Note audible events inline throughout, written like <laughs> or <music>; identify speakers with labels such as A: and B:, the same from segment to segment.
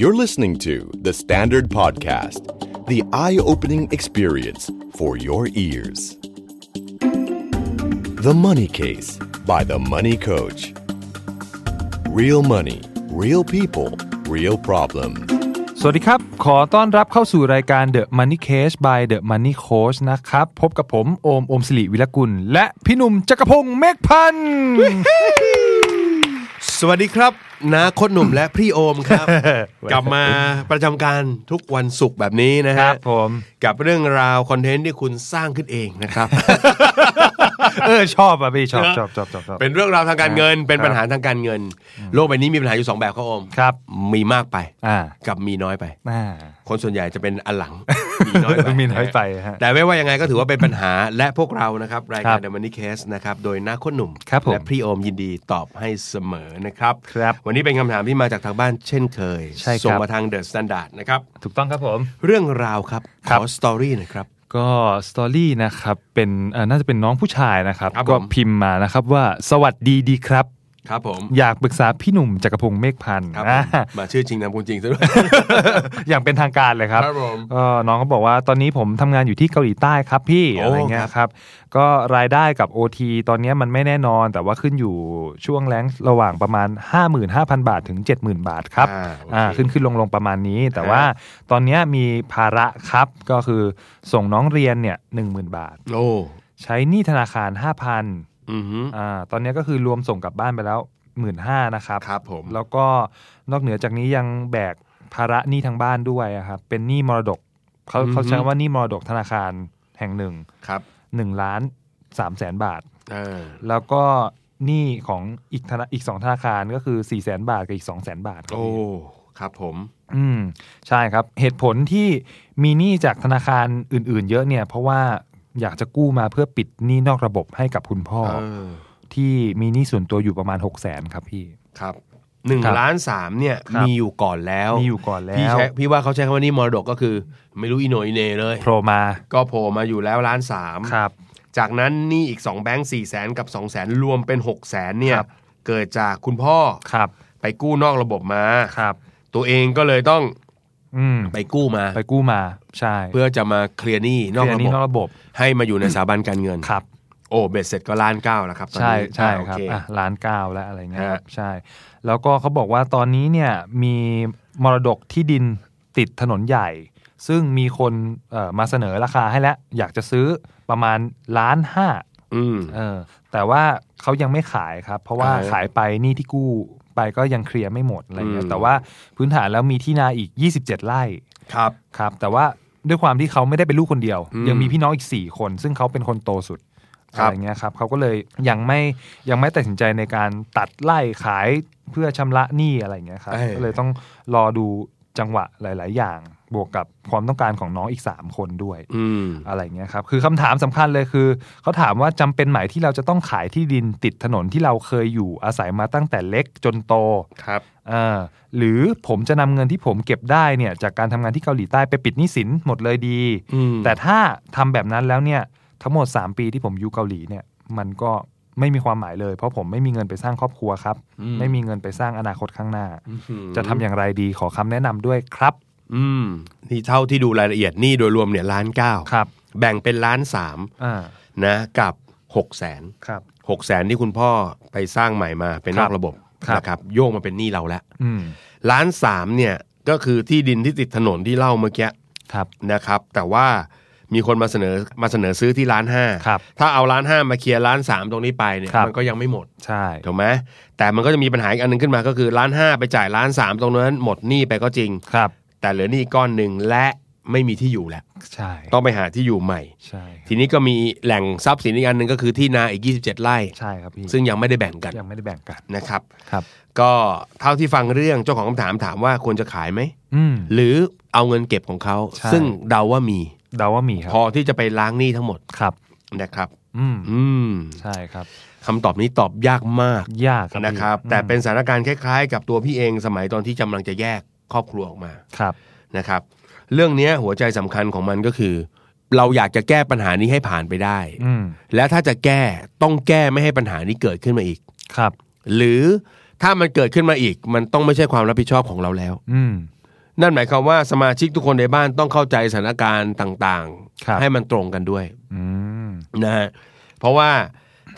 A: You're listening to The Standard Podcast, the eye opening experience for your ears. The Money Case by The Money Coach. Real money, real people, real problem.
B: สวัสดีครับ ขอต้อนรับเข้าสู่รายการ The Money Case by The Money Coach นะครับ พบกับผม โอม โอมสิริวิรกุล และพี่หนุ่มจักรพงศ์เมฆพันธ์
C: สวัสดีครับนาโคตรหนุ่มและพี่โอมครับ กลับมาประจำการทุกวันศุกร์แบบนี้นะ
B: ค
C: ฮะ
B: รับผม
C: กับเรื่องราวคอนเทนต์ที่คุณสร้างขึ้นเองนะครับ
B: เออ ชอบอ่ะพี่ ชอบชอบชอบชอบชอบ
C: เป็นเรื่องราวทางการเงินเป็นปัญหาทางการเงิน โลกใบนี้มีปัญหาอยู่สองแบบครับโอม
B: ครับ
C: มีมากไป
B: อ่า
C: กับมีน้อยไป
B: อ่า
C: คนส่วนใหญ่จะเป็นอันหลัง มีน้อยไป
B: มีน้อยไปฮะ
C: แต่ไม่ว่ายังไงก็ถือว่าเป็นปัญหา และพวกเรานะครับ ราย
B: ครั
C: การ
B: บ
C: The Money Case นะครับ โดยนาโคตรหนุ่ม
B: ครับผม
C: และพี่โอมยินดีตอบให้เสมอนะครับ
B: ครับ
C: วันนี้เป็นคำถามที่มาจากทางบ้านเช่นเคย
B: ใช่ครับ
C: ส่งมาทาง The Standard นะครับ
B: ถูกต้องครับผม
C: เรื่องราวครับ
B: ครั
C: ข
B: บ
C: อสตอรี่หนะครับ
B: ก็สตอรี่นะครับ เป็นเอ่อน่าจะเป็นน้องผู้ชายนะครับ
C: ครับผม
B: ก็พิมพ์มานะครับว่าสวัสดีดีครับ
C: ครับผม
B: อยากปรึกษาพี่หนุ่มจักรพงศ์เมฆพันธ์
C: ครับผ
B: อ่า
C: มมาชื่อจริงนามคุณจริงซะด้วย
B: <laughs> อย่างเป็นทางการเลยครับ
C: ครับผม
B: ก็น้องเขาบอกว่าตอนนี้ผมทำงานอยู่ที่เกาหลีใต้ครับพี่
C: โอ้
B: อะไรเงี้ย
C: ครับ
B: ครับ ก็รายได้กับ OT ตอนเนี้ยมันไม่แน่นอน แต่ว่าขึ้นอยู่ช่วงแรงระหว่างประมาณ 55,000 บาทถึง 70,000 บาทครับ
C: อ่าโอเค
B: อ่าขึ้นขึ้นลงลงประมาณนี้ แต่
C: ฮะ
B: ว่าตอนเนี้ยมีภาระครับก็คือส่งน้องเรียนเนี่ย10,000 บาท
C: โอ้
B: ใช้หนี้ธนาคาร 5,000
C: อือหือ
B: อ่าตอนเนี้ยก็คือรวมส่งกลับบ้านไปแล้ว 15,000นะครับ
C: ครับผม
B: แล้วก็นอกเหนือจากนี้ยังแบกภาระหนี้ทางบ้านด้วยอะครับเป็นหนี้มรดกเขาเขาใช้คำว่าหนี้มรดกธนาคารแห่งหนึ่ง
C: ครับ
B: หนึ่งล้านสามแสนบาท
C: เออ
B: แล้วก็หนี้ของอีกธนาอีกสองธนาคารก็คือสี่แสนบาทกับอีกสองแสนบาท
C: โอ้ครับผม
B: อืมใช่ครับ เหตุผลที่มีหนี้จากธนาคารอื่น ๆ เยอะเนี่ย เพราะว่าอยากจะกู้มาเพื่อปิดหนี้นอกระบบให้กับคุณพ่อ
C: เออ
B: ที่มีหนี้ส่วนตัวอยู่ประมาณหกแสนครับพี่
C: ครับหนึ่ง
B: ครับ
C: ล้านสามเนี่ย
B: ครับ
C: มีอยู่ก่อนแล้ว
B: มีอยู่ก่อนแล้
C: พี่
B: ว
C: ใช้พี่ว่าเขาใช้คำว่านี่มรดกก็คือ ไม่รู้อีโหนอีเหนเลย
B: โผล่มา
C: ก็โผล่มาอยู่แล้วล้านสาม
B: ครับ
C: จากนั้นหนี่อีก 2 แบงค์4 0 0แสนกับ 2 0 0แสนรวมเป็น 6 0แสนเนี่ย
B: ครับ
C: เกิดจากคุณพ่อ
B: ครับ
C: ไปกู้นอกระบบมา
B: ครับ
C: ตัวเองก็เลยต้อง
B: อืม
C: ไปกู้มา
B: ไปกู้มาใช่
C: เพื่อจะมาเคลียร์หนี้นอก
B: คื
C: ระ
B: นนี้
C: บบ
B: นอกระบบ
C: ให้มาอยู่ในสถาบันการเงิน
B: ครับ
C: โอ้เบ็ดเสร็จก็ล้านเก้าแล้วครับตอน
B: ใช่
C: นี้
B: ใช่
C: อ่าโอ
B: ครับ
C: เ
B: อ่ะล้านเก้าแล้วอะไรเงี้ย
C: ฮะ
B: ใช่ แล้วก็เขาบอกว่าตอนนี้เนี่ยมีมรดกที่ดินติดถนนใหญ่ ซึ่งมีคนเอ่อมาเสนอราคาให้แล้ว อยากจะซื้อประมาณล้านห้า
C: อืม
B: เออแต่ว่าเขายังไม่ขายครับ เพราะว่า
C: อ่า
B: ขายไปหนี่ที่กู้ไปก็ยังเคลียร์ไม่หมดอะไรเงี้ย
C: อืม
B: แต่ว่าพื้นฐานแล้วมีที่นาอีก 27 ไร่
C: ครับ
B: ครับแต่ว่าด้วยความที่เขาไม่ได้เป็นลูกคนเดียว
C: อืม
B: ยังมีพี่น้องอีก 4 คน ซึ่งเขาเป็นคนโตสุด
C: ครั
B: อะ
C: บ
B: ไรเงี้ยครับเขาก็เลยยังไม่ยังไม่ตัดสินใจในการตัดไล่ขายเพื่อชำระหนี้อะไรเงี้ยครับก็เลยต้องรอดูจังหวะหลาย ๆ อย่าง บวกกับความต้องการของน้องอีก 3 คนด้วย
C: อืม
B: อะไรเงี้ยครับคือคำถามสำคัญเลยคือเขาถามว่าจำเป็นไหมที่เราจะต้องขายที่ดินติดถนนที่เราเคยอยู่อาศัยมาตั้งแต่เล็กจนโต
C: ครับ
B: เอ่อหรือผมจะนำเงินที่ผมเก็บได้เนี่ยจากการทำงานที่เกาหลีใต้ไปปิดหนี้สินหมดเลยดี
C: อืม
B: แต่ถ้าทำแบบนั้นแล้วเนี่ยทั้งหมด 3 ปีที่ผมอยู่เกาหลีเนี่ยมันก็ไม่มีความหมายเลย เพราะผมไม่มีเงินไปสร้างครอบครัวครับ
C: อืม
B: ไม่มีเงินไปสร้างอนาคตข้างหน้า
C: อื้อหือ
B: จะทำอย่างไรดีขอคำแนะนำด้วยครับ
C: อืมนี่เท่าที่ดูรายละเอียดหนี่โดยรวมเนี่ยล้านเก้า
B: ครับ
C: แบ่งเป็นล้านสาม
B: อ่า
C: นะกับหกแสน
B: ครับ
C: หกแสนที่คุณพ่อไปสร้างใหม่มาเป็นนอกระบบ
B: ครับ
C: นะครับโยกมาเป็นหนี้เราแล้ว
B: อืม
C: ล้านสามเนี่ยก็คือที่ดินที่ติดถนนที่เล่าเมื่อกี้
B: ครับ
C: นะครับ แต่ว่ามีคนมาเสนอมาเสนอซื้อที่ล้านห้า
B: ครับ
C: ถ้าเอาล้านห้ามาเคลียร์ล้านสามตรงนี้ไปเนี่ย
B: ครับ
C: มันก็ยังไม่หมด
B: ใช่
C: ถูกไหมแต่มันก็จะมีปัญหาอีกอันหนึงขึ้นมาก็คือล้านห้าไปจ่ายล้านสามตรงนั้นหมดหนี้ไปก็จริง
B: ครับ
C: แต่เหลือหนี้ก้อนหนึ่งและไม่มีที่อยู่แล้ว
B: ใช่
C: ต้องไปหาที่อยู่ใหม่
B: ใช่
C: ทีนี้ก็มีแหล่งทรัพย์สินอีกอันหนึ่งก็คือที่นาอีก 27 ไร่
B: ใช่ครับพี่
C: ซึ่งยังไม่ได้แบ่งกัน
B: ยังไม่ได้แบ่งกัน
C: นะครับ
B: ครับ
C: ก็เท่าที่ฟังเรื่องเจ้าของคำถามถามว่าควรจะขายไหม
B: อืม
C: หรือเอาเงินเก็บของเขา
B: ใช่
C: ซึ่งเดาว่ามี
B: เดาว่ามีครั
C: พอที่จะไปล้างหนี้ทั้งหมด
B: ครับ
C: นะครับ
B: อืม
C: อืม
B: ใช่ครับ
C: คำตอบนี้ตอบยากมาก
B: ยากครับพี่
C: นะครับ
B: อืม
C: แต่เป็นสถานการณ์คล้ายๆ กับตัวพี่เองสมัยตอนที่กำลังจะแยกครอบครัวออกมา
B: ครับ
C: นะครับ เรื่องเนี้ยหัวใจสำคัญของมันก็คือ เราอยากจะแก้ปัญหานี้ให้ผ่านไปได้
B: อืม
C: และถ้าจะแก้ต้องแก้ไม่ให้ปัญหานี้เกิดขึ้นมาอีก
B: ครับ
C: หรือถ้ามันเกิดขึ้นมาอีก มันต้องไม่ใช่ความรับผิดชอบของเราแล้ว
B: อืม
C: นั่นหมายความว่าสมาชิกทุกคนในบ้านต้องเข้าใจสถานการณ์ต่าง
B: ครับ
C: ให้มันตรงกันด้วย
B: อืม
C: นะฮะเพราะว่า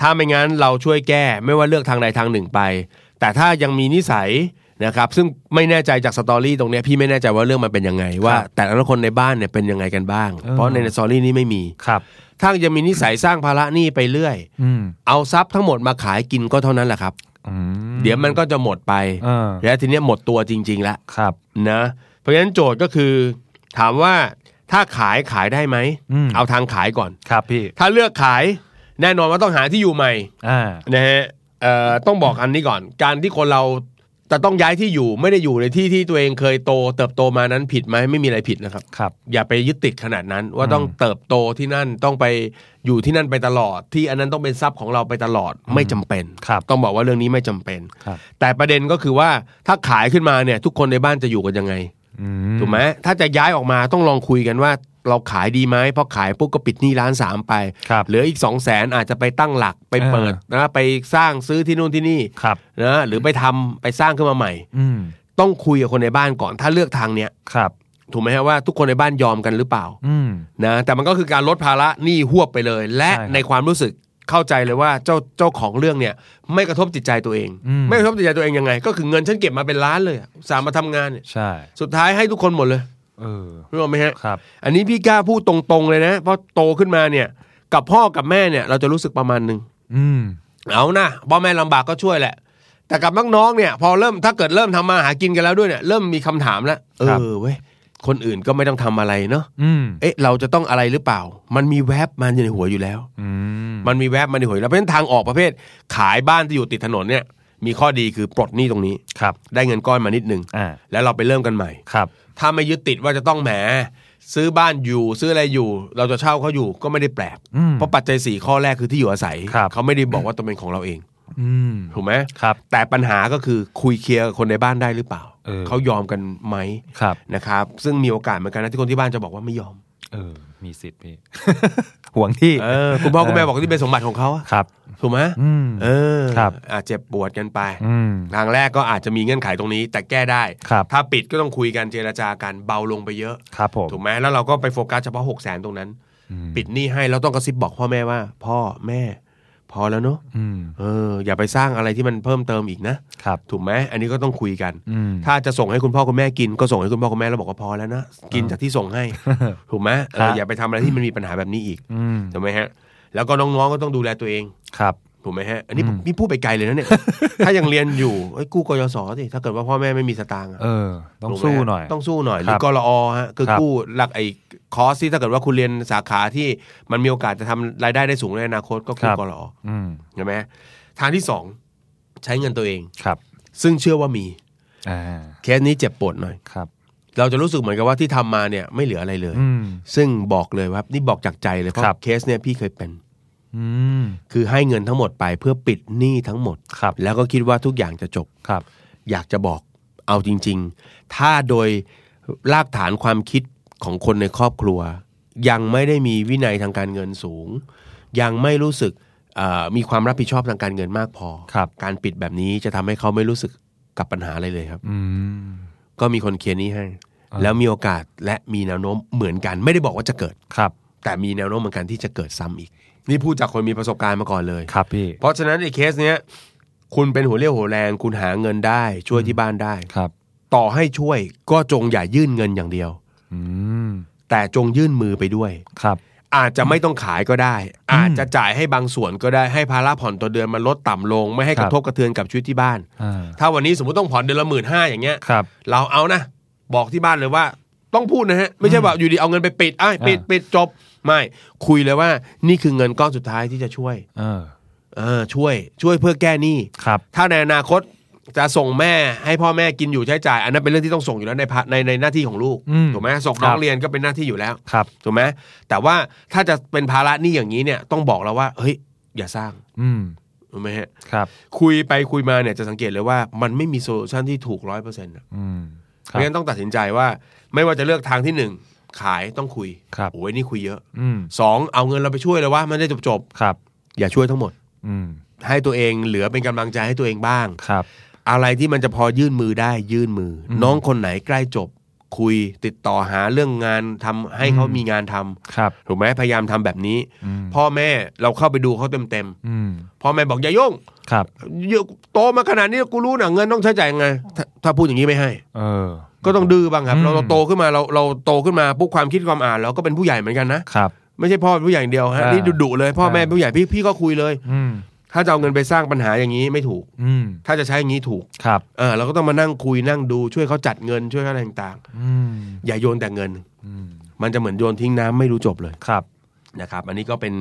C: ถ้าไม่งั้นเราช่วยแก้ไม่ว่าเลือกทางใดทางหนึ่งไป แต่ถ้ายังมีนิสัยนะครับซึ่งไม่แน่ใจจากสตอรี่ตรงเนี้ยพี่ไม่แน่ใจว่าเรื่องมันเป็นยังไง ว่าแต่ละคนในบ้านเนี่ยเป็นยังไงกันบ้าง
B: เออ
C: เพราะในสตอรี่นี้ไม่มี
B: ครับ
C: ถ้ายังมีนิสัยสร้างภาระหนี้ไปเรื่อย
B: อืม
C: เอาทรัพย์ทั้งหมดมาขายกินก็เท่านั้นแหละครับ
B: อืม
C: เดี๋ยวมันก็จะหมดไป
B: เออ
C: และทีเนี้ยหมดตัวจริง ๆ แล้ว
B: ครับ
C: นะเพราะฉะนั้นโจทย์ก็คือ ถามว่าถ้าขายขายได้ไหม
B: อืม
C: เอาทางขายก่อน
B: ครับพี่
C: ถ้าเลือกขายแน่นอนว่าต้องหาที่อยู่ใหม่
B: อ่า
C: นะฮะเอ่อต้องบอกอันนี้ก่อน การที่คนเราจะต้องย้ายที่อยู่ไม่ได้อยู่ในที่ที่ตัวเองเคยโต เติบโตมานั้นผิดไหมไม่มีอะไรผิดนะครับ
B: ครับ
C: อย่าไปยึดติดขนาดนั้น ว่าต้องเติบโตที่นั่นต้องไปอยู่ที่นั่นไปตลอด ที่อันนั้นต้องเป็นทรัพย์ของเราไปตลอดไม่จำเป็น
B: ครับ
C: ต้องบอกว่าเรื่องนี้ไม่จำเป็น
B: ครับ
C: แต่ประเด็นก็คือว่าถ้าขายขึ้นมาเนี่ยทุกคนในบ้านจะอยู่กันยังไง
B: อื
C: ถูกไหมถ้าจะย้ายออกมาต้องลองคุยกันว่าเราขายดีไหมเพราะขายปุ๊บก็ปิดหนี้ล้านสามไป
B: ครับ
C: เหลืออีกสองแสนอาจจะไปตั้งหลักไปเปิดนะไปสร้างซื้อที่นู่นที่นี่
B: ครับ
C: นะหรือไปทำไปสร้างขึ้นมาใหม่
B: อืม
C: ต้องคุยกับคนในบ้านก่อนถ้าเลือกทางเนี้ย
B: ครับ
C: ถูกไหมฮะว่าทุกคนในบ้านยอมกันหรือเปล่า
B: อืม
C: นะแต่มันก็คือการลดภาระหนี้หวบไปเลย และ
B: ใช่ครับ
C: ในความรู้สึกเข้าใจเลยว่าเจ้าเจ้าของเรื่องเนี่ยไม่กระทบจิตใจตัวเอง
B: อืม
C: ไม่กระทบจิตใจตัวเองยังไง ก็คือเงินฉันเก็บมาเป็นล้านเลยอะอุตสาห์มาทำงานเนี่ย
B: ใช่
C: สุดท้ายให้ทุกคนหมดเลย
B: เออ
C: รู้ไหมฮะ
B: ครับ
C: อันนี้พี่กล้าพูดตรงๆเลยนะเพราะโตขึ้นมาเนี่ยกับพ่อกับแม่เนี่ยเราจะรู้สึกประมาณหนึ่ง
B: อืม
C: เอานะพ่อแม่ลำบากก็ช่วยแหละ แต่กับน้องๆเนี่ยพอเริ่มถ้าเกิดเริ่มทำมาหากินกันแล้วด้วยเนี่ยเริ่มมีคำถามแล้วเอ
B: ครับ
C: อเว้ยคนอื่นก็ไม่ต้องทำอะไรเนาะ
B: อืม
C: เอ๊ะเราจะต้องอะไรหรือเปล่า มันมีแวบมันอยู่ในหัวอยู่แล้ว
B: อืม
C: มันมีแวบมันในหัวอยู่แล้วเพราะฉะนั้นทางออกประเภท ขายบ้านที่อยู่ติดถนนเนี่ย มีข้อดีคือปลดหนี้ตรงนี้
B: ครับ
C: ได้เงินก้อนมานิดนึง
B: อ่า
C: แล้วเราไปเริ่มกันใหม่
B: ครับ
C: ถ้าไม่ยึดติดว่าจะต้องแหมซื้อบ้านอยู่ ซื้ออะไรอยู่ เราจะเช่าเขาอยู่ก็ไม่ได้แปลก
B: อืม
C: เพราะปัจจัยสี่ข้อแรกคือที่อยู่อาศัย
B: ครับ
C: เขาไม่ได้บอกว่าต้องเป็นของเราเอง
B: อืม
C: ถูกไหม
B: ครับ
C: แต่ปัญหาก็คือคุยเคลียร์กับคนในบ้านได้หรือเปล่า
B: เออ
C: ยอมกันไหม
B: ครับ
C: นะครับ ซึ่งมีโอกาสเหมือนกันนะที่คนที่บ้านจะบอกว่าไม่ยอม
B: เออ มีสิทธิ์พี่ <laughs> ห่วงที่
C: เออคุณพ่อคุณแม่บอกว่าที่เป็นสมบัติของเขาอะ
B: ครับ
C: ถูกไหม
B: อืม
C: เออ
B: ครับ
C: อาจเจ็บปวดกันไป
B: อืม
C: ทางแรกก็อาจจะมีเงื่อนไขตรงนี้ แต่แก้ได้
B: ครับ
C: ถ้าปิดก็ต้องคุยกันเจรจากันเบาลงไปเยอะ
B: ครับผม
C: ถูกไหมแล้วเราก็ไปโฟกัสเฉพาะหกแสนตรงนั้น
B: อืม
C: ปิดหนี้ให้แล้วต้องกระซิบบอกพ่อแม่ว่า พ่อแม่ พอแล้วเนอะ
B: อืม
C: เออ อย่าไปสร้างอะไรที่มันเพิ่มเติมอีกนะครับ ถูกไหมอันนี้ก็ต้องคุยกัน
B: อืม
C: ถ้าจะส่งให้คุณพ่อคุณแม่กินก็ส่งให้คุณพ่อคุณแม่แล้วบอกว่าพอแล้วนะกินจากที่ส่ง
B: <laughs>
C: ให้ ถูกไหมเอ
B: ครั
C: อบ อย่าไปทำอะไรที่มันมีปัญหาแบบนี้อีก
B: อืม
C: ถูกไหมฮะ แล้วก็น้องๆก็ต้องดูแลตัวเอง
B: ครับ
C: ถูกไหมฮะอันนี้นี่พูดไปไกลเลย
B: <laughs>
C: นะเนี่ย ถ้ายังเรียนอยู่เอ้ยกู้กยศสิถ้าเกิดว่าพ่อแม่ไม่มีสตางค์อะ
B: เออ ต้อง
C: ถูกไม
B: สู้
C: ฮะ
B: หน่อย
C: ต้องสู้หน่อยห
B: ค
C: รื
B: รั
C: อบ กรอฮะคือ
B: ครับ
C: กู้หลักไอ้คอร์สที่ถ้าเกิดว่าคุณเรียนสาขาที่มันมีโอกาสจะทำรายได้ได้สูงในอนาคตก็
B: ครั
C: กู้
B: บ
C: กรอ
B: อืม
C: ใช่ไหมทางที่สองใช้เงินตัวเอง
B: ครับ
C: ซึ่งเชื่อว่ามี
B: อ่า
C: เคสนี้เจ็บปวดหน่อย
B: ครับ
C: เราจะรู้สึกเหมือนกับว่าที่ทำมาเนี่ยไม่เหลืออะไรเลย
B: อืม
C: ซึ่งบอกเลยว่านี่บอกจากใจเลยเพราะ
B: ครับ
C: เคสเนี่ยพี่เคยเป็น
B: อืม
C: คือให้เงินทั้งหมดไปเพื่อปิดหนี้ทั้งหมด
B: ครับ
C: แล้วก็คิดว่าทุกอย่างจะจบ
B: ครับ
C: อยากจะบอกเอาจริง ๆ ถ้าโดยรากฐานความคิดของคนในครอบครัว ยังไม่ได้มีวินัยทางการเงินสูง ยังไม่รู้สึกเอ่อมีความรับผิดชอบทางการเงินมากพอ
B: ครับ
C: การปิดแบบนี้จะทำให้เขาไม่รู้สึกกับปัญหาอะไรเลยครับ
B: อืม
C: ก็มีคนเคลียร์หนี้ให้
B: อ่า
C: แล้วมีโอกาสและมีแนวโน้มเหมือนกัน ไม่ได้บอกว่าจะเกิด
B: ครับ
C: แต่มีแนวโน้มเหมือนกันที่จะเกิดซ้ำอีก นี่พูดจากคนมีประสบการณ์มาก่อนเลย
B: ครับพี่
C: เพราะฉะนั้นไอ้เคสเนี้ยคุณเป็นหัวเรี่ยวหัวแรงคุณหาเงินได้ช่วยที่บ้านได้
B: ครับ
C: ต่อให้ช่วยก็จงอย่ายื่นเงินอย่างเดียว
B: อืม
C: แต่จงยื่นมือไปด้วย
B: ครับ
C: อาจจะไม่ต้องขายก็ได้ อาจจะจ่ายให้บางส่วนก็ได้ให้ภาระผ่อนต่อเดือนมันลดต่ำลง ไม่ให้
B: ครั
C: ก
B: บ
C: ระทบกระเทือนกับชีวิตที่บ้าน
B: อ่า
C: ถ้าวันนี้สมมติต้องผ่อนเดือนละหมื่นห้าอย่างเงี้ย
B: ครับ
C: เราเอานะ บอกที่บ้านเลยว่า ต้องพูดนะฮะ ไม่ใช่ว่าอยู่ดีเอาเงินไปปิดไอ้ายปิด
B: อ่า
C: ปิดจบไม่คุยเลยว่า นี่คือเงินก้อนสุดท้ายที่จะช่วย
B: เออ
C: เออช่วย ช่วยเพื่อแก้หนี้
B: ครับ
C: ถ้าในอนาคตจะส่งแม่ให้พ่อแม่กินอยู่ใช้จ่าย อันนั้นเป็นเรื่องที่ต้องส่งอยู่แล้วในภาในในหน้าที่ของลูก
B: อืม
C: ถูกไหมส่ง
B: ค
C: น้อ
B: รั
C: ง
B: บ
C: เรียนก็เป็นหน้าที่อยู่แล้ว
B: ครับ
C: ถูกไหมแต่ว่าถ้าจะเป็นภาระหนี่อย่างนี้เนี่ยต้องบอกเราว่า เฮ้ย อย่าสร้าง
B: อืม
C: ถูกไหมฮะ
B: ครับ
C: คุยไปคุยมาเนี่ยจะสังเกตเลยว่ามันไม่มีโซลูชันที่ถูกร้อยเปอร์เซ็นต์
B: อืม
C: เพ
B: ครั
C: ราะ
B: บ
C: งั้นต้องตัดสินใจว่า ไม่ว่าจะเลือกทางที่หนึ่งขายต้องคุย
B: ครับ
C: โอ้ยนี่คุยเยอะ
B: อืม
C: สองเอาเงินเราไปช่วยเลยว่ามันได้จบจบ
B: ครับ
C: ๆอย่าช่วยทั้งหมด
B: อืม
C: ให้ตัวเองเหลือเป็นกำลังใจให้ตัวเองบ้าง
B: ครับ
C: อะไรที่มันจะพอยื่นมือได้ยื่นมืออ
B: ม
C: น้องคนไหนใกล้จบ คุยติดต่อหาเรื่องงานทำให้เขามีงานทำ
B: ครับ
C: ถูกไหมพยายามทำแบบนี้
B: อืม
C: พ่อแม่เราเข้าไปดูเขาเต็ม
B: อืม
C: ๆพ่อแม่บอกอย่ายุ่ง
B: ครับ
C: เยอะโตมาขนาดนี้กูรู้นะเงินต้องใช้จ่ายยังไงถ้าถ้าพูดอย่างนี้ไม่ให้
B: เออ
C: ก็ต้องดื้อบ้างครับ
B: อืม
C: เราเราโตขึ้นมาเราเราโตขึ้นมาปุ๊บความคิดความอ่านเราก็เป็นผู้ใหญ่เหมือนกันนะครับ ไม่ใช่พ่อเป็นผู้ใหญ่อย่างเดียวฮะ
B: อ่านี่
C: นี่ดุๆเลย พ่อแม่
B: อ่า
C: เป็นผู้ใหญ่พี่พี่ก็คุยเลย
B: อืม
C: ถ้าจะเอาเงินไปสร้างปัญหาอย่างนี้ไม่ถูก
B: อืม
C: ถ้าจะใช้อย่างนี้ถูก
B: ครับ
C: เออเราก็ต้องมานั่งคุยนั่งดูช่วยเขาจัดเงินช่วยเขาอะไรต่าง
B: อืม
C: ๆอย่าโยนแต่เงิน
B: อืม
C: มันจะเหมือนโยนทิ้งน้ำไม่รู้จบเลย
B: ครับ
C: นะครับ อันนี้ก็เป็น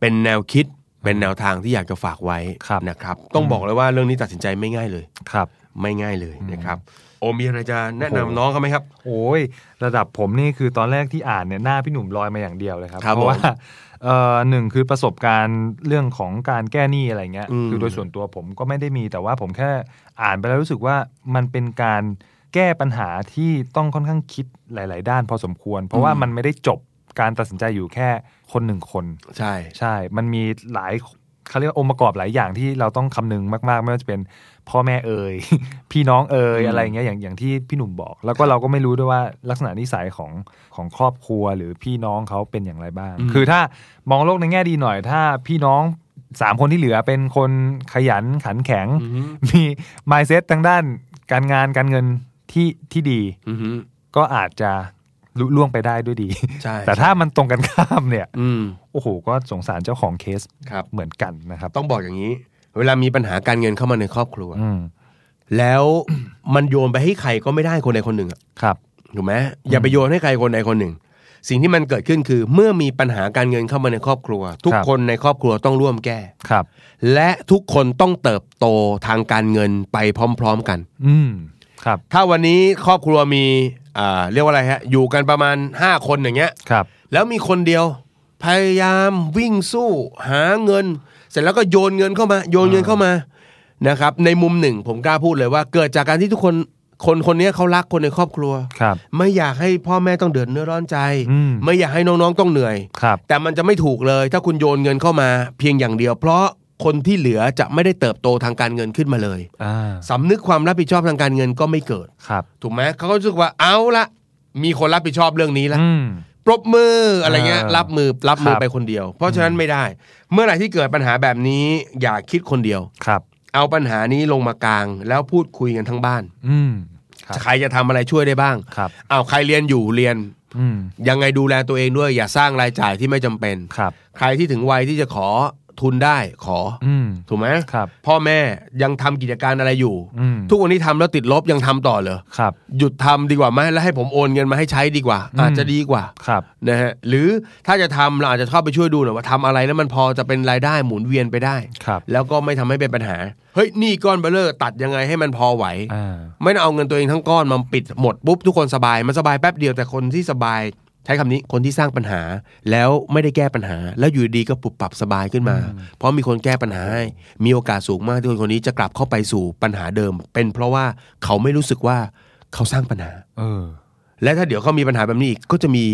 C: เป็นแนวคิดเป็นแนวทางที่อยากจะฝากไว้
B: ครับ
C: นะครับ ต้องบอกเลยว่าเรื่องนี้ตัดสินใจไม่ง่ายเลย
B: ครับ
C: ไม่ง่ายเลยนะครับ โอมีอะไรจะแนะนำน้องเขาไหมครับ
B: โอ้ยระดับผมนี่คือตอนแรกที่อ่านเนี่ยหน้าพี่หนุ่มลอยมาอย่างเดียวเลยครับ
C: ครับ
B: เพราะว่าเอ่อหนึ่งคือประสบการณ์เรื่องของการแก้หนี้อะไรเงี้ย
C: อืม
B: คือโดยส่วนตัวผมก็ไม่ได้มีแต่ว่าผมแค่อ่านไปแล้วรู้สึกว่ามันเป็นการแก้ปัญหาที่ต้องค่อนข้างคิดหลาย ๆ ด้านพอสมควร เพราะว่า
C: อืม
B: มันไม่ได้จบการตัดสินใจอยู่แค่คนหนึ่งคน
C: ใช่
B: ใช่ มันมีหลายเขาเรียกว่าองค์ประกอบหลายอย่างที่เราต้องคำนึงมาก ๆ ไม่ว่าจะเป็นพ่อแม่เอ่ย <laughs> พี่น้องเอ่ย
C: อืม
B: อะไรอย่างเงี้ยอย่างอย่างที่พี่หนุ่มบอก แล้วก็เราก็ไม่รู้ด้วยว่าลักษณะนิสัยของของครอบครัวหรือพี่น้องเขาเป็นอย่างไรบ้าง
C: อืม
B: คือถ้ามองโลกในแง่ดีหน่อย ถ้าพี่น้องสามคนที่เหลือเป็นคนขยันขันแข็ง
C: อือฮึ
B: มี mindset ทางด้านการงานการเงินที่ที่ดี
C: อือฮึ
B: ก็อาจจะลุล่วงไปได้ด้วยดี
C: ใช่
B: แต่ถ้ามันตรงกันข้ามเนี่ย
C: อืม
B: โอ้โห ก็สงสารเจ้าของเคส
C: ครับ
B: เหมือนกันนะครับ
C: ต้องบอกอย่างนี้ เวลามีปัญหาการเงินเข้ามาในครอบครัว
B: อืม
C: แล้ว มันโยนไปให้ใครก็ไม่ได้คนใดคนหนึ่งอะ
B: ครับ
C: ถูกไหมอย่าไปโยนให้ใครคนใดคนหนึ่ง สิ่งที่มันเกิดขึ้นคือ เมื่อมีปัญหาการเงินเข้ามาในครอบครัว ทุก
B: ครับ
C: คนในครอบครัวต้องร่วมแก้
B: ครับ
C: และทุกคนต้องเติบโตทางการเงินไปพร้อม ๆ กัน
B: อืม ครับ
C: ถ้าวันนี้ครอบครัวมีอ่าเรียกว่าอะไรฮะ อยู่กันประมาณ 5 คนอย่างเงี้ย
B: ครับ
C: แล้วมีคนเดียว พยายามวิ่งสู้ หาเงิน เสร็จแล้วก็โยนเงินเข้ามา โยนเงินเข้ามานะครับ ในมุมหนึ่งผมกล้าพูดเลยว่า เกิดจากการที่ทุกคนคนคนนี้เขารักคนในครอบครัว
B: ครับ
C: ไม่อยากให้พ่อแม่ต้องเดือดเนื้อร้อนใจ
B: อืม
C: ไม่อยากให้น้องๆต้องเหนื่อย
B: ครับ
C: แต่มันจะไม่ถูกเลย ถ้าคุณโยนเงินเข้ามา เพียงอย่างเดียว เพราะคนที่เหลือจะไม่ได้เติบโตทางการเงินขึ้นมาเลย
B: อ่า
C: สำนึกความรับผิดชอบทางการเงินก็ไม่เกิด
B: ครับ
C: ถูกไหมเขาก็รู้สึกว่าเอาละมีคนรับผิดชอบเรื่องนี้ละ
B: อืม
C: ปรบมืออะไรเงี้ย
B: อ่ารั
C: รับมือรับมือ
B: ครับ
C: ไปคนเดียว เพราะฉะนั้นไม่ได้ เมื่อไหร่ที่เกิดปัญหาแบบนี้อย่าคิดคนเดียว
B: ครับ
C: เอาปัญหานี้ลงมากลาง แล้วพูดคุยกันทั้งบ้าน
B: อืม ครับ
C: ใครจะทำอะไรช่วยได้บ้าง
B: ครับ
C: เอาใครเรียนอยู่เรียน
B: อืม
C: ยังไงดูแลตัวเองด้วย อย่าสร้างรายจ่ายที่ไม่จำเป็น
B: ครับ
C: ใครที่ถึงวัยที่จะขอทุนได้ขออ
B: อืม
C: ถูกไหม
B: ครับ
C: พ่อแม่ยังทำกิจการอะไรอยู่
B: อืม
C: ทุกวันนี้ทำแล้วติดลบยังทำต่อเหรอ
B: ครับ
C: หยุดทำดีกว่าไหมแล้วให้ผมโอนเงินมาให้ใช้ดีกว่า อาจจะดีกว่า
B: ครับ
C: นะฮะหรือถ้าจะทำเราอาจจะเข้าไปช่วยดูหน่อยว่าทำอะไรแล้วมันพอจะเป็นรายได้หมุนเวียนไปได้
B: ครับ
C: แล้วก็ไม่ทำให้เป็นปัญหา เฮ้ยหนี่ก้อนเบลเลอร์ตัดยังไงให้มันพอไหว
B: อ่า
C: ไม่ต้องเอาเงินตัวเองทั้งก้อนมาปิดหมดปุ๊บทุกคนสบายมันสบายแป๊บเดียวแต่คนที่สบาย ใช้คำนี้คนที่สร้างปัญหา แล้วไม่ได้แก้ปัญหา แล้วอยู่ดีก็ปรับปรับสบายขึ้นมา เพราะมีคนแก้ปัญหาให้มีโอกาสสูงมากที่คนคนนี้จะกลับเข้าไปสู่ปัญหาเดิม เป็นเพราะว่าเขาไม่รู้สึกว่าเขาสร้างปัญหา
B: เออ
C: และถ้าเดี๋ยวเขามีปัญหาแบบนี้อีก ก็จะมี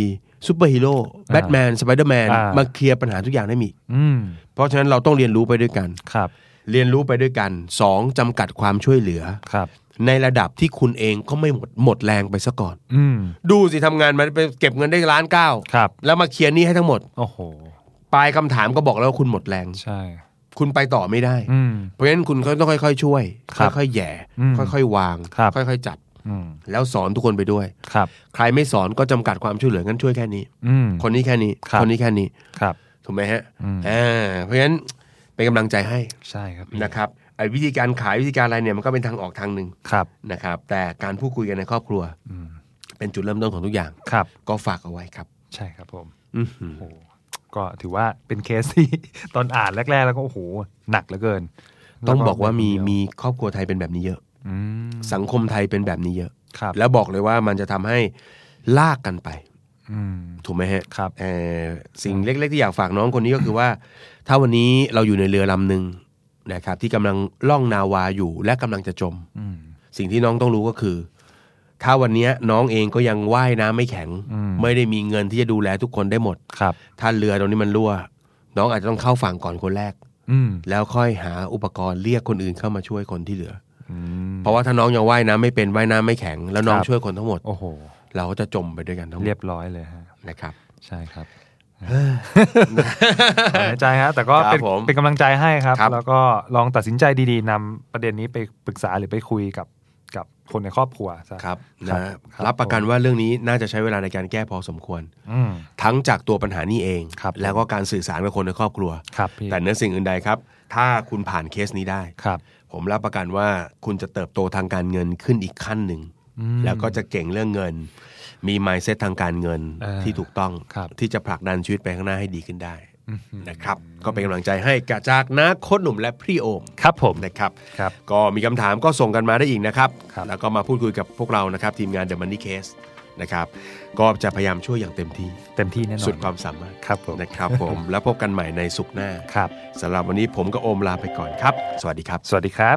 C: ซูเปอร์ฮีโร่แบทแมนสไปเดอร์แมน
B: อ่าม
C: มาเคลียร์ปัญหาทุกอย่างได้มี
B: อืม
C: เพราะฉะนั้นเราต้องเรียนรู้ไปด้วยกัน
B: ครับ
C: เรียนรู้ไปด้วยกัน 2. จำกัดความช่วยเหลือ
B: ครับ
C: ในระดับที่คุณเองก็ไม่หมดหมดแรงไปซะก่อน
B: อืม
C: ดูสิทำงานมันไปเก็บเงินได้ล้านเก้า
B: ครับ
C: แล้วมาเคลียร์หนี้ให้ทั้งหมด
B: โอ้โห
C: ปลายคำถามก็บอกแล้วว่าคุณหมดแรง
B: ใช่
C: คุณไปต่อไม่ได้
B: อืม
C: เพราะฉะนั้นคุณก็ต้องค่อย ๆ ช่วย
B: ครับ
C: ค่อยๆแหย่
B: อืม
C: ค่อยๆ วาง
B: ครับ
C: ค่อยๆ จัด
B: อืม
C: แล้วสอนทุกคนไปด้วย
B: ครับ
C: ใครไม่สอนก็จำกัดความช่วยเหลืองั้นช่วยแค่นี้
B: อืม
C: คนนี้แค่นี้
B: ครับ
C: คนนี้แค่นี้
B: ครับ
C: ถูกไหมฮะ
B: อืม
C: อ่าเพราะฉะนั้นเป็นกำลังใจให้
B: ใช่ครับพี่
C: นะครับไอ้วิธีการขายวิธีการอะไรเนี่ยมันก็เป็นทางออกทางหนึ่ง
B: ครับ
C: นะครับ แต่การพูดคุยกันในครอบครัว
B: อืม
C: เป็นจุดเริ่มต้นของทุกอย่าง
B: ครับ
C: ก็ฝากเอาไว้ครับ
B: ใช่ครับผม
C: อื้อหือ
B: โอ้โหก็ถือว่าเป็นเคสที่ ตอนอ่านแรก ๆ แล้วก็โอ้โห หนักเหลือเกิน
C: ต้องบอกว่ามี
B: แล้
C: มีครอบครัวไทยเป็นแบบนี้เยอะ
B: อืม
C: สังคมไทยเป็นแบบนี้เยอะ
B: ครับ
C: แล้วบอกเลยว่ามันจะทำให้ลากกันไป
B: อืม
C: ถูกไหมฮะ
B: ครับ
C: เอ่อสิ่งเล็ก ๆ ที่อยากฝากน้องคนนี้ก็คือว่า ถ้าวันนี้เราอยู่ในเรือลำหนึ่งนะครับ ที่กำลังล่องนาวาอยู่และกำลังจะจม
B: อืม
C: สิ่งที่น้องต้องรู้ก็คือ ถ้าวันเนี้ยน้องเองก็ยังว่ายน้ำไม่แข็ง
B: อืม
C: ไม่ได้มีเงินที่จะดูแลทุกคนได้หมด
B: ครับ
C: ถ้าเรือตรงนี้มันรั่ว น้องอาจจะต้องเข้าฝั่งก่อนคนแรก
B: อืม
C: แล้วค่อยหาอุปกรณ์เรียกคนอื่นเข้ามาช่วยคนที่เหลือ
B: อืม
C: เพราะว่าถ้าน้องยังว่ายน้ำไม่เป็นว่ายน้ำไม่แข็ง แล้วน้อง
B: ครับ
C: ช่วยคนทั้งหมด
B: โอ้โห
C: เราก็จะจมไปด้วยกันทั้งหม
B: เรีย
C: ด
B: บร้อยเลยฮะ
C: นะครับ
B: ใช่ครับถอนหายใจฮะแต่ก็
C: ครับ
B: เป็น
C: ผม
B: เป็นกำลังใจให้ครับ
C: ครับ
B: แล้วก็ลองตัดสินใจดีๆนำประเด็นนี้ไปปรึกษาหรือไปคุยกับกับคนในครอบครัวซะ
C: ครับ
B: ครั
C: นะ
B: บครับ
C: รับประกันว่าเรื่องนี้น่าจะใช้เวลาในการแก้พอสมควร
B: อืม
C: ทั้งจากตัวปัญหานี้เอง
B: ครับ
C: แล้วก็การสื่อสารกับคนในครอบครัว
B: ครับพี่
C: แต่เหนื้อสิ่งอื่นใดครับ ถ้าคุณผ่านเคสนี้ได้
B: ครับ
C: ผมรับประกันว่าคุณจะเติบโตทางการเงินขึ้นอีกขั้นหนึ่ง
B: อืม
C: แล้วก็จะเก่งเรื่องเงิน มี mindset ทางการเงิน
B: เออ
C: ที่ถูกต้อง
B: ครับ
C: ที่จะผลักดันชีวิตไปข้างหน้าให้ดีขึ้นได้นะครับ ก็เป็นกำลังใจให้กะจากนักโคตรหนุ่มและพี่โอม
B: ครับผม
C: นะครับ
B: ครับ
C: ก็มีคำถามก็ส่งกันมาได้อีกนะครับ
B: ครับ
C: แล้วก็มาพูดคุยกับพวกเรานะครับ ทีมงาน The Money Case นะครับ ก็จะพยายามช่วยอย่างเต็มที่
B: เต็มที่แน่นอน
C: สุดความสามารถ
B: ครับผม
C: นะครับผม แล้วพบกันใหม่ในสุขหน้า
B: ครับ
C: สำหรับวันนี้ผมกับโอมลาไปก่อนครับ สวัสดีครับ
B: สวัสดีครับ